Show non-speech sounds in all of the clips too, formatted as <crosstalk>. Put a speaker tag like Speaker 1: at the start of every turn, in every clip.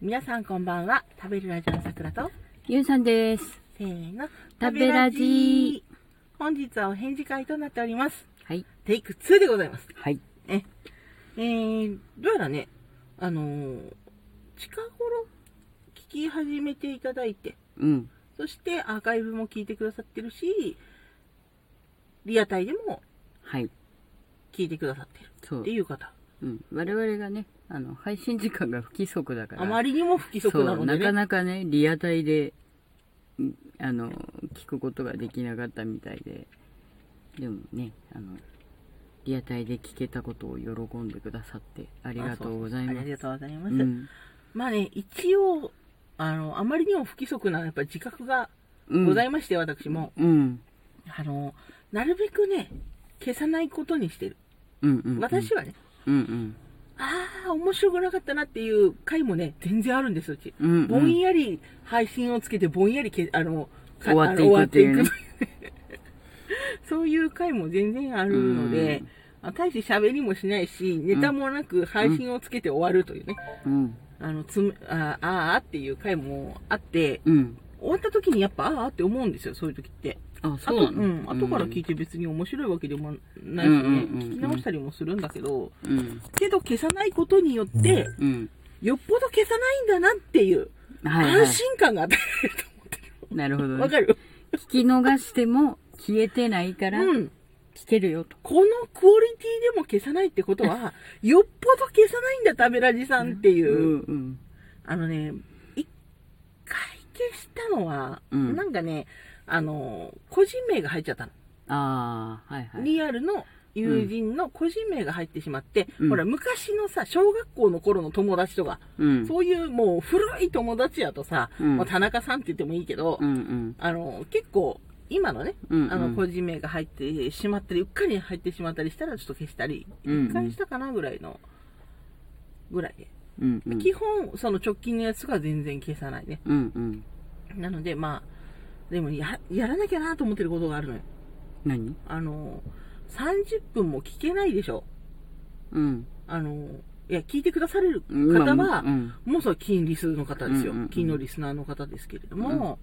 Speaker 1: 皆さんこんばんは食べるラジオのさくらと
Speaker 2: ゆうさんです。
Speaker 1: せーの
Speaker 2: 食べラジー
Speaker 1: 本日はお返事会となっております
Speaker 2: はい。
Speaker 1: テイク2でございます
Speaker 2: はい。
Speaker 1: ええー、どうやらねあのー近頃聞き始めていただいて
Speaker 2: うん。
Speaker 1: そしてアーカイブも聞いてくださってるしリアタイでも
Speaker 2: はい。
Speaker 1: 聞いてくださってる
Speaker 2: そ
Speaker 1: っ
Speaker 2: う
Speaker 1: て。いう方
Speaker 2: うん。我々がね、あの、配信時間が不規則だから。
Speaker 1: あまりにも不規則な
Speaker 2: そ
Speaker 1: の
Speaker 2: う、な
Speaker 1: で
Speaker 2: か
Speaker 1: ね
Speaker 2: なかね、リアタイで、うんあの、聞くことができなかったみたいで。でもね、あの、リアタイで聞けたことを喜んでくださって、ありがとうござい
Speaker 1: あ
Speaker 2: ま
Speaker 1: り
Speaker 2: す。
Speaker 1: がとうございます、
Speaker 2: うん。
Speaker 1: まあね、一応、あの、あまりにも不規則な、やっぱり自覚が
Speaker 2: うん
Speaker 1: ございまして、私も、
Speaker 2: うん。
Speaker 1: あの、なるべくね、消さないことにしてる。
Speaker 2: うんうん。
Speaker 1: 私はね、
Speaker 2: うん
Speaker 1: ああ、面白くなかったなっていう回もね、全然あるんです、うち。
Speaker 2: うん。うん、うん。
Speaker 1: ぼんやり配信をつけて、ぼんやりけ、あの、か
Speaker 2: 終わっていくっていうね
Speaker 1: あの終わっていく <laughs> そういう回も全然あるので、あ大して喋りもしないし、ネタもなく配信をつけて終わるというね。
Speaker 2: うん。
Speaker 1: あの、つむ、あーあーっていう回もあって、
Speaker 2: うん。
Speaker 1: 終わった時にやっぱあーあーって思うんですよ、そういう時って。
Speaker 2: あ、
Speaker 1: あ
Speaker 2: そ
Speaker 1: と、
Speaker 2: うなの
Speaker 1: うん、後から聞いて別に面白いわけでもないしね、
Speaker 2: うんうんうんうん
Speaker 1: 聞き直したりもするんだけど、
Speaker 2: うん。
Speaker 1: けど消さないことによって、
Speaker 2: うん。
Speaker 1: よっぽど消さないんだなっていう、
Speaker 2: はい、はい
Speaker 1: 安。心感が与えられると思って
Speaker 2: なるほど、
Speaker 1: る。
Speaker 2: ね。
Speaker 1: わかる
Speaker 2: 聞き逃しても消えてないから
Speaker 1: うん。
Speaker 2: 聞けるよと。
Speaker 1: このクオリティでも消さないってこと
Speaker 2: <laughs>
Speaker 1: は、よっぽど消さないんだ、タメラジさんっていうう。
Speaker 2: ん
Speaker 1: あのね、一回消したのは、
Speaker 2: うん
Speaker 1: なんかね、あの、個人名が入っちゃったの。
Speaker 2: ああ、はいはい。
Speaker 1: リアルの友人の個人名が入ってしまって、
Speaker 2: うん
Speaker 1: ほら、昔のさ、小学校の頃の友達とか、
Speaker 2: うん。
Speaker 1: そういうもう古い友達やとさ、
Speaker 2: うん
Speaker 1: まあ田中さんって言ってもいいけど、
Speaker 2: うんうん。
Speaker 1: あの、結構、今のね、
Speaker 2: うんうん
Speaker 1: あの、個人名が入ってしまったり、うっかり入ってしまったりしたら、ちょっと消したり、
Speaker 2: うんうん
Speaker 1: 一回したかなぐらいの、ぐらいで。
Speaker 2: うんうん。
Speaker 1: 基本、その直近のやつが全然消さないね。
Speaker 2: うんうん。
Speaker 1: なので、まあ、でもや、やらなきゃなと思ってることがあるのよ。
Speaker 2: 何
Speaker 1: あの、30分も聞けないでしょ。
Speaker 2: うん。
Speaker 1: あの、いや、聞いてくだされる
Speaker 2: うん
Speaker 1: 方は、
Speaker 2: うん
Speaker 1: もうそれ金リスの方ですよ
Speaker 2: うんうんうん。
Speaker 1: 金のリスナーの方ですけれども、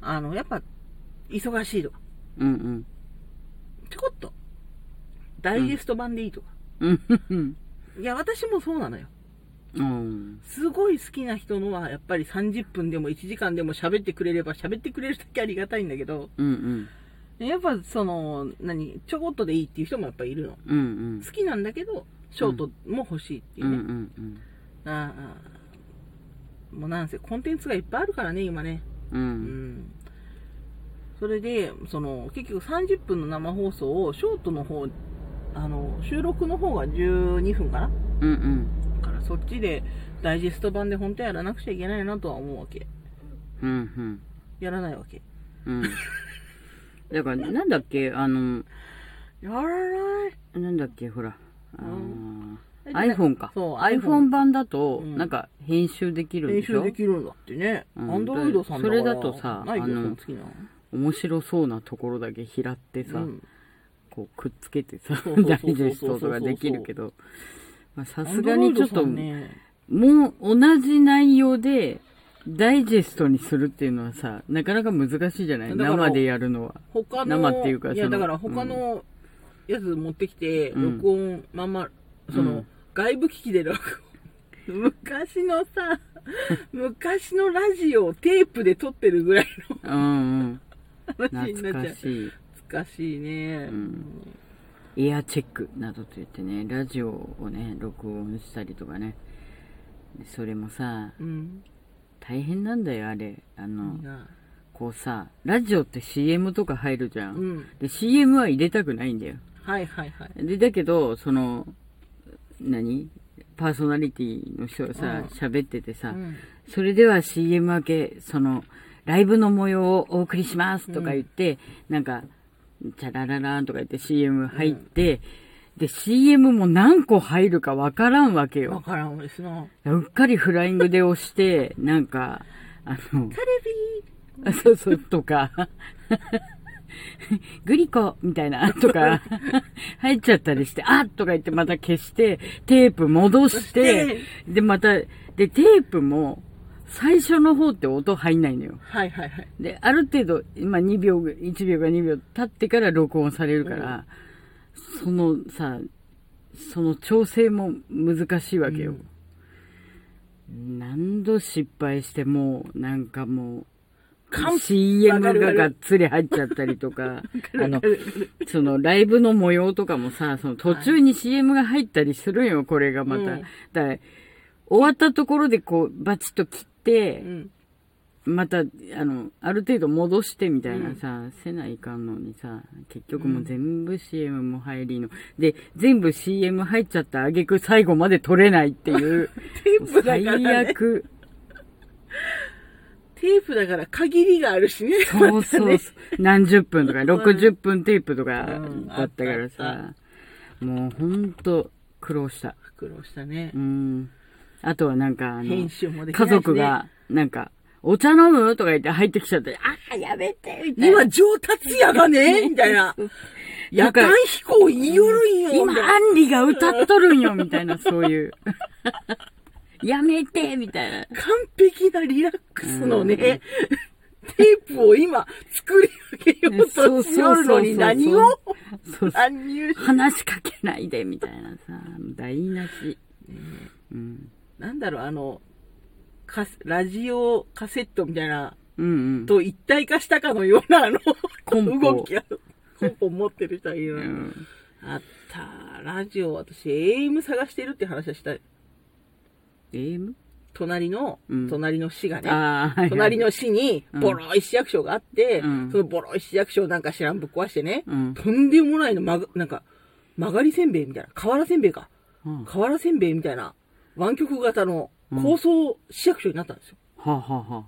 Speaker 1: あの、やっぱ、忙しいとか、
Speaker 2: うん
Speaker 1: ちょこっと、ダイジェスト版でいいとか。
Speaker 2: うん。うん。
Speaker 1: いや、私もそうなのよ。
Speaker 2: うん。
Speaker 1: すごい好きな人のは、やっぱり30分でも1時間でも喋ってくれれば喋ってくれるだけありがたいんだけど、
Speaker 2: うんうん。
Speaker 1: やっぱその、何、ちょこっとでいいっていう人もやっぱいるの。
Speaker 2: うんうん。
Speaker 1: 好きなんだけど、ショートも欲しいっていううんね。
Speaker 2: うん
Speaker 1: ああもうなんせ、コンテンツがいっぱいあるからね、今ね。
Speaker 2: う。
Speaker 1: うんん。それで、その、結局30分の生放送を、ショートの方、あの、収録の方が12分かな
Speaker 2: うんうん。
Speaker 1: だからそっちで、ダイジェスト版で本当はやらなくちゃいけないなとは思うわけ。
Speaker 2: うんうん。
Speaker 1: やらないわけ。 <laughs>
Speaker 2: うん。だから、なんだっけ、あの、
Speaker 1: やらない。
Speaker 2: なんだっけ、ほら。
Speaker 1: うん
Speaker 2: iPhone か。
Speaker 1: そう
Speaker 2: iPhone 版だと、
Speaker 1: うん
Speaker 2: なんか編集できるん
Speaker 1: 練
Speaker 2: でし
Speaker 1: 習
Speaker 2: ょ
Speaker 1: できるんだってね。
Speaker 2: うん
Speaker 1: アンドロイドさんだから
Speaker 2: それだとさ
Speaker 1: ないよ、
Speaker 2: あの
Speaker 1: その好きなの。
Speaker 2: 面白そうなところだけ拾ってさ、
Speaker 1: うん
Speaker 2: こうくっつけてさ
Speaker 1: そうそうそうそう
Speaker 2: ダイジェストとかできるけどまあさ
Speaker 1: さ
Speaker 2: すがにちょっと、
Speaker 1: ね、
Speaker 2: もう同じ内容でダイジェストにするっていうのはさなかなか難しいじゃな
Speaker 1: だ
Speaker 2: い
Speaker 1: から
Speaker 2: 生でやるのは
Speaker 1: 他の
Speaker 2: 生っていうか
Speaker 1: や
Speaker 2: その
Speaker 1: だから他のやつ持ってきて、
Speaker 2: うん
Speaker 1: 録音まんまその、
Speaker 2: うん
Speaker 1: 外部機器で録音 <laughs> 昔のさ <laughs> 昔のラジオをテープで撮ってるぐらい
Speaker 2: うん
Speaker 1: の
Speaker 2: うん
Speaker 1: 話に
Speaker 2: 懐
Speaker 1: なっちゃ
Speaker 2: か
Speaker 1: う
Speaker 2: しい
Speaker 1: 懐かしいね、
Speaker 2: んエアチェックなどと言ってねラジオをね録音したりとかねでそれもさ
Speaker 1: うん
Speaker 2: 大変なんだよあれあの、
Speaker 1: 何が
Speaker 2: こうさラジオって CM とか入るじゃん、
Speaker 1: うん
Speaker 2: で CM は入れたくないんだよ
Speaker 1: はいはいはい
Speaker 2: でだけどその何パーソナリティの人が
Speaker 1: うん
Speaker 2: さ喋っててさ、
Speaker 1: うん
Speaker 2: それでは CM 明けそのライブの模様をお送りしますとか言って、なんかチャラララーンとか言って CM 入って、で CM も何個入るかわからんわけ
Speaker 1: わ
Speaker 2: よ
Speaker 1: からんですな
Speaker 2: うっかりフライングで押してなんかあの
Speaker 1: テレビ
Speaker 2: そうそう、とか。 <laughs> グリコみたいな、とか、 <laughs> 入っちゃったりして、あっとか言ってまた消して、テープ戻して
Speaker 1: 戻し、
Speaker 2: で、また、で、テープも、最初の方って音入んないのよ。
Speaker 1: はいはいはい。
Speaker 2: で、ある程度、まあ2秒ぐ、1秒か2秒経ってから録音されるから、そのさ、その調整も難しいわけよ。何度失敗しても、なんかもう、
Speaker 1: 完
Speaker 2: CM
Speaker 1: わかるわか
Speaker 2: が
Speaker 1: る
Speaker 2: がっつり入っちゃったりとか、あの、そのライブの模様とかもさ、その途中に CM が入ったりするんよ、これがまた。
Speaker 1: うん
Speaker 2: だから終わったところでこう、バチッと切って、
Speaker 1: うん。
Speaker 2: また、あの、ある程度戻してみたいなさ、せないかんのにさ、結局もう全部 CM も入りの。で、全部 CM 入っちゃった挙句最後まで撮れないっ
Speaker 1: <laughs>
Speaker 2: ていう。
Speaker 1: テープだから、ね。
Speaker 2: 最悪。
Speaker 1: テープだから限りがあるしね。
Speaker 2: そうそうそう。何十分
Speaker 1: <laughs>
Speaker 2: とか、60分テープとか
Speaker 1: うん
Speaker 2: だったからさ、もうほんと苦労した。
Speaker 1: <laughs> 苦労したね
Speaker 2: う。ん。あとはなんか、あの
Speaker 1: 編、集もできな
Speaker 2: 家
Speaker 1: いし、ね。
Speaker 2: 族。が、なんか、お茶飲むとか言って入ってきちゃって、あーやめてみたいな。
Speaker 1: 今上達やが
Speaker 2: <laughs>
Speaker 1: ねみたいな。夜間飛行言いよるんよ。
Speaker 2: 今、
Speaker 1: みたいな
Speaker 2: アンリが歌っとるんよ、みたいな、そういう。 <laughs> やめて、みたいな。
Speaker 1: 完璧なリラックスのね、テープを今作り上げようとしよるのに何を
Speaker 2: そうそう
Speaker 1: 乱入し、
Speaker 2: 話しかけないで、みたいなさ、台無し。うん。
Speaker 1: なんだろう、あの、カスラジオカセットみたいな、
Speaker 2: うんうん。
Speaker 1: と一体化したかのような、あの、
Speaker 2: コンポ
Speaker 1: 動きが、コンポ持ってる人がいる
Speaker 2: う
Speaker 1: の、
Speaker 2: ん
Speaker 1: あった、ラジオ、私、AM 探してるって話はした。
Speaker 2: AM?
Speaker 1: 隣の、
Speaker 2: うん
Speaker 1: 隣の市がね、
Speaker 2: ああ、はいはい
Speaker 1: 隣。の市に
Speaker 2: うん
Speaker 1: ボロい市役所があって、
Speaker 2: うん
Speaker 1: そのボロい市役所をなんか知らんぶっ壊してね、
Speaker 2: うん
Speaker 1: とんでもないの、まが、なんか、曲がりせんべいみたいな、瓦せんべいか。
Speaker 2: うんは
Speaker 1: 瓦せんべいみたいな、湾曲型の
Speaker 2: うん
Speaker 1: 高層市役所になったんです
Speaker 2: <laughs>
Speaker 1: よ。
Speaker 2: あはあは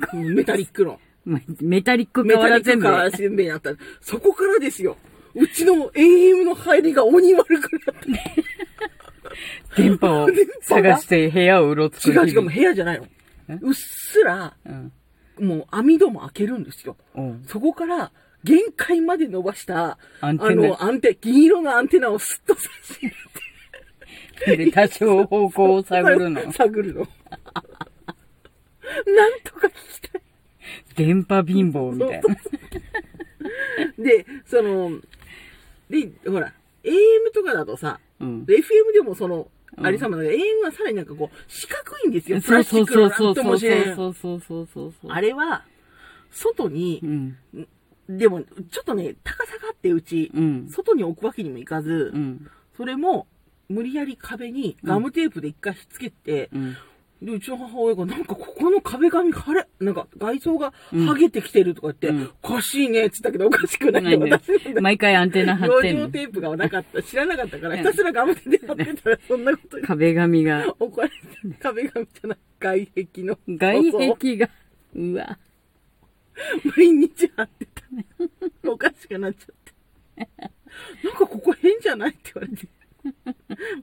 Speaker 2: あ
Speaker 1: メタリックの。
Speaker 2: メメタリック
Speaker 1: メタリッ
Speaker 2: 瓦
Speaker 1: ク
Speaker 2: 全部。
Speaker 1: 瓦せんべいになった。そこからですよ。うちの AM の入りが鬼悪くなって。
Speaker 2: 電波を
Speaker 1: 電波が
Speaker 2: 探して部屋をうろつく
Speaker 1: 違
Speaker 2: 日々。
Speaker 1: う違う、もう部屋じゃないの
Speaker 2: え。
Speaker 1: うっすら、
Speaker 2: うん。
Speaker 1: もう網戸も開けるんですよ。
Speaker 2: うん。
Speaker 1: そこから限界まで伸ばした、
Speaker 2: アンテナ
Speaker 1: あの、アンテ、銀色のアンテナをスッと差し入れて。
Speaker 2: で、多少方向を探るの
Speaker 1: 探るの。 <laughs> なんとか聞きたい。
Speaker 2: 電波貧乏みたいな。
Speaker 1: <laughs> で、その、で、ほら、AM とかだとさ、
Speaker 2: うん。
Speaker 1: で FM でもその、
Speaker 2: うん
Speaker 1: ありさまだけど、AM はさらになんかこう、四角いんですよ。プ
Speaker 2: そう
Speaker 1: ラスチ
Speaker 2: そう
Speaker 1: ック
Speaker 2: そ
Speaker 1: の
Speaker 2: うそ
Speaker 1: なん
Speaker 2: う
Speaker 1: と
Speaker 2: そ
Speaker 1: も
Speaker 2: う
Speaker 1: しれん
Speaker 2: そうそうそうそうそう。
Speaker 1: あれは、外に
Speaker 2: う、ん。
Speaker 1: でも、ちょっとね、高さがあって、うち、
Speaker 2: うん。
Speaker 1: 外に置くわけにもいかず
Speaker 2: う、ん。
Speaker 1: それも、無理やり壁にガムテープで一回ひっつけて、
Speaker 2: うん。
Speaker 1: で、うちの母親が、なんかここの壁紙が、あれなんか外装が剥げてきてるとか言って、
Speaker 2: うん
Speaker 1: おかしいねって言ったけど、おかしくない
Speaker 2: ない
Speaker 1: よ。
Speaker 2: ね
Speaker 1: 私なんだ
Speaker 2: 毎回アンテナ張っ
Speaker 1: 養
Speaker 2: てん
Speaker 1: 生
Speaker 2: の。
Speaker 1: テープがなかった。知らなかったから、ひたすらガムテープ貼ってたら、そんなことに
Speaker 2: 壁紙が。
Speaker 1: 怒られて、壁紙じゃない、外壁の。
Speaker 2: 外
Speaker 1: そう
Speaker 2: 壁が。うわ。
Speaker 1: そう毎日貼ってたね。おかしくなっちゃって。なんかここ変じゃないって言われて。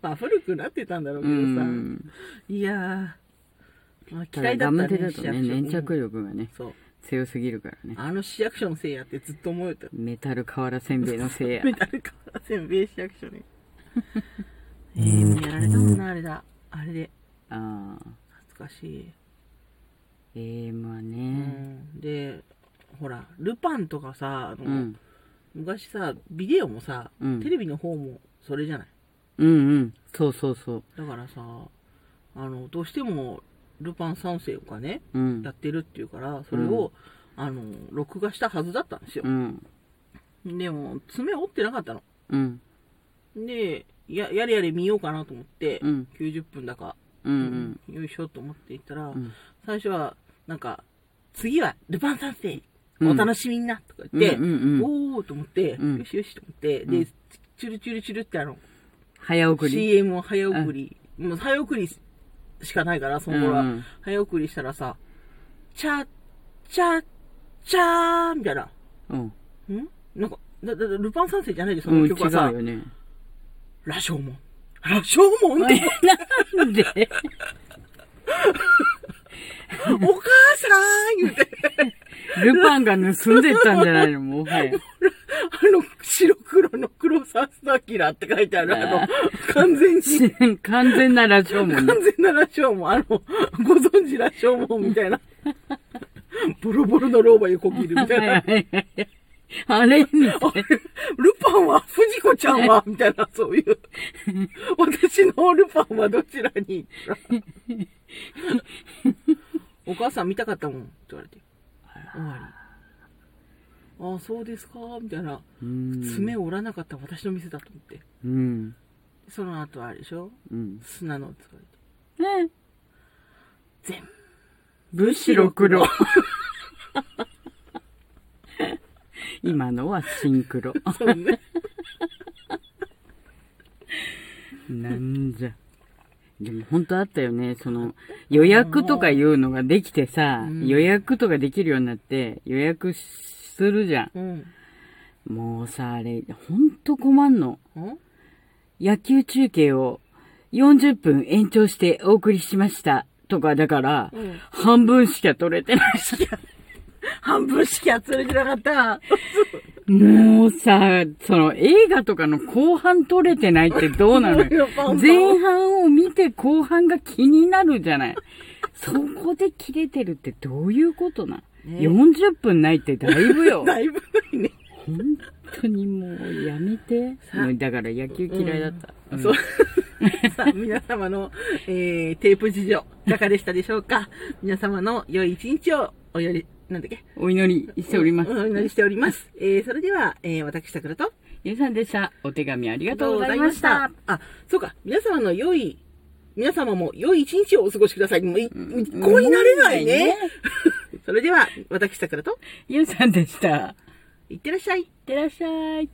Speaker 1: まあ古くなってたんだろうけ
Speaker 2: う
Speaker 1: どさ。
Speaker 2: ん。
Speaker 1: いやー、まあ、
Speaker 2: た
Speaker 1: 嫌
Speaker 2: だ
Speaker 1: いだ
Speaker 2: ガ
Speaker 1: ったね
Speaker 2: ムテだとね、粘
Speaker 1: 市役所
Speaker 2: 着力がね、
Speaker 1: そう。
Speaker 2: 強すぎるからね。
Speaker 1: あの市役所のせいやってずっと思えた。
Speaker 2: メタル瓦せんべいのせいや。
Speaker 1: メタルカラせんべい市役
Speaker 2: <laughs>
Speaker 1: 所に。えー、もうやられたもんな、あれだ。あれで。
Speaker 2: ああ。
Speaker 1: 懐かしい。
Speaker 2: AM は
Speaker 1: う
Speaker 2: ね。
Speaker 1: ん。で、ほら、ルパンとかさ、あの
Speaker 2: うん。
Speaker 1: 昔さ、ビデオもさ、
Speaker 2: うん
Speaker 1: テレビの方もそれじゃない。
Speaker 2: うんうん。そうそうそう。
Speaker 1: だからさ、あの、どうしても、ルパン三世がね、
Speaker 2: うん
Speaker 1: や。ってるっていうから、それを、あの、録画したはずだったんですよ
Speaker 2: う。ん。
Speaker 1: でも、爪折ってなかったの。
Speaker 2: うん。
Speaker 1: で、や、やれやれ見ようかなと思って、
Speaker 2: うん
Speaker 1: 90分だか、
Speaker 2: うんうん。
Speaker 1: よいしょと思っていったら、
Speaker 2: ん
Speaker 1: 最初は、なんか、次は、ルパン三世、
Speaker 2: うん
Speaker 1: お楽しみにな、とか言って、
Speaker 2: うんうん
Speaker 1: おーと思って、
Speaker 2: うん
Speaker 1: よしよしと思って、
Speaker 2: うん
Speaker 1: で、チュルチュルチュルってあの、
Speaker 2: 早送り。
Speaker 1: CM を早送り、もう早送りしかないから、その頃は、
Speaker 2: うんうん
Speaker 1: 早送りしたらさ、チャチャチャーみたいな、
Speaker 2: うん。
Speaker 1: んなんか、だ、だ、だルパン三世じゃないで、そ
Speaker 2: うん、
Speaker 1: の
Speaker 2: 違う
Speaker 1: 曲はさ、
Speaker 2: よね。
Speaker 1: 羅生門。羅生門って、
Speaker 2: なんで
Speaker 1: お母さん言うて、
Speaker 2: ルパンが盗んでったんじゃないのもはや。 <laughs>
Speaker 1: あの、白黒の黒沢明って書いてある、あの、完全に、
Speaker 2: 完全なラジオも
Speaker 1: 完
Speaker 2: ね。
Speaker 1: 全な羅生門、あの、ご存知羅生門みたいな。ボロボロの老婆横切るみたいな。
Speaker 2: あれみたい
Speaker 1: あれルパンは藤子ちゃん <laughs> はみたいな、そういう。私のルパンはどちらにお母さん見たかったもん、って言われて。終わり。ああ、そうですか、みたいな。
Speaker 2: うん
Speaker 1: 爪を折らなかった私の店だと思って。
Speaker 2: うん。
Speaker 1: その後あれでしょ
Speaker 2: うん。
Speaker 1: 砂の使い。
Speaker 2: ね
Speaker 1: 全部。
Speaker 2: 武士ろ黒。今のはシンクロ。
Speaker 1: <laughs> そうね。
Speaker 2: なんじゃ。でも本当あったよね。その、予約とかいうのができてさ、
Speaker 1: うん
Speaker 2: 予約とかできるようになって、予約するじゃ
Speaker 1: うん。
Speaker 2: ん。もうさ、あれ、ほんと困んの。
Speaker 1: ん
Speaker 2: 野球中継を40分延長してお送りしました。とか、だから、
Speaker 1: うん
Speaker 2: 半分しか取れてない。
Speaker 1: 半分しか集めてなか <laughs> った。
Speaker 2: もうさ、その映画とかの後半取れてないってどうなのよ
Speaker 1: パンパン
Speaker 2: 前半を見て後半が気になるじゃない。
Speaker 1: <laughs>
Speaker 2: そこで切れてるってどういうことなん、
Speaker 1: ね
Speaker 2: ?40 分ないってだいぶ
Speaker 1: <laughs>
Speaker 2: よ。
Speaker 1: だいぶないね。
Speaker 2: 本当にもうやめて。もうだから野球嫌いだった。うん
Speaker 1: そう。 <laughs> さあ、皆様の、えー、テープ事情、いかがでしたでしょうか皆様の良い一日をおより、なんだっけ
Speaker 2: お祈りしております。
Speaker 1: お祈りしております。えー、それでは、えー、私、桜と、あ
Speaker 2: ゆうさんでした。お手紙あり
Speaker 1: り
Speaker 2: がとうございました。。
Speaker 1: あ、そうか、皆様の良い、皆様も良い一日をお過ごしください。もう、一個になれないね。それでは、私、桜と、
Speaker 2: ゆうさんでした。
Speaker 1: いってらっしゃい。
Speaker 2: いってらっしゃい。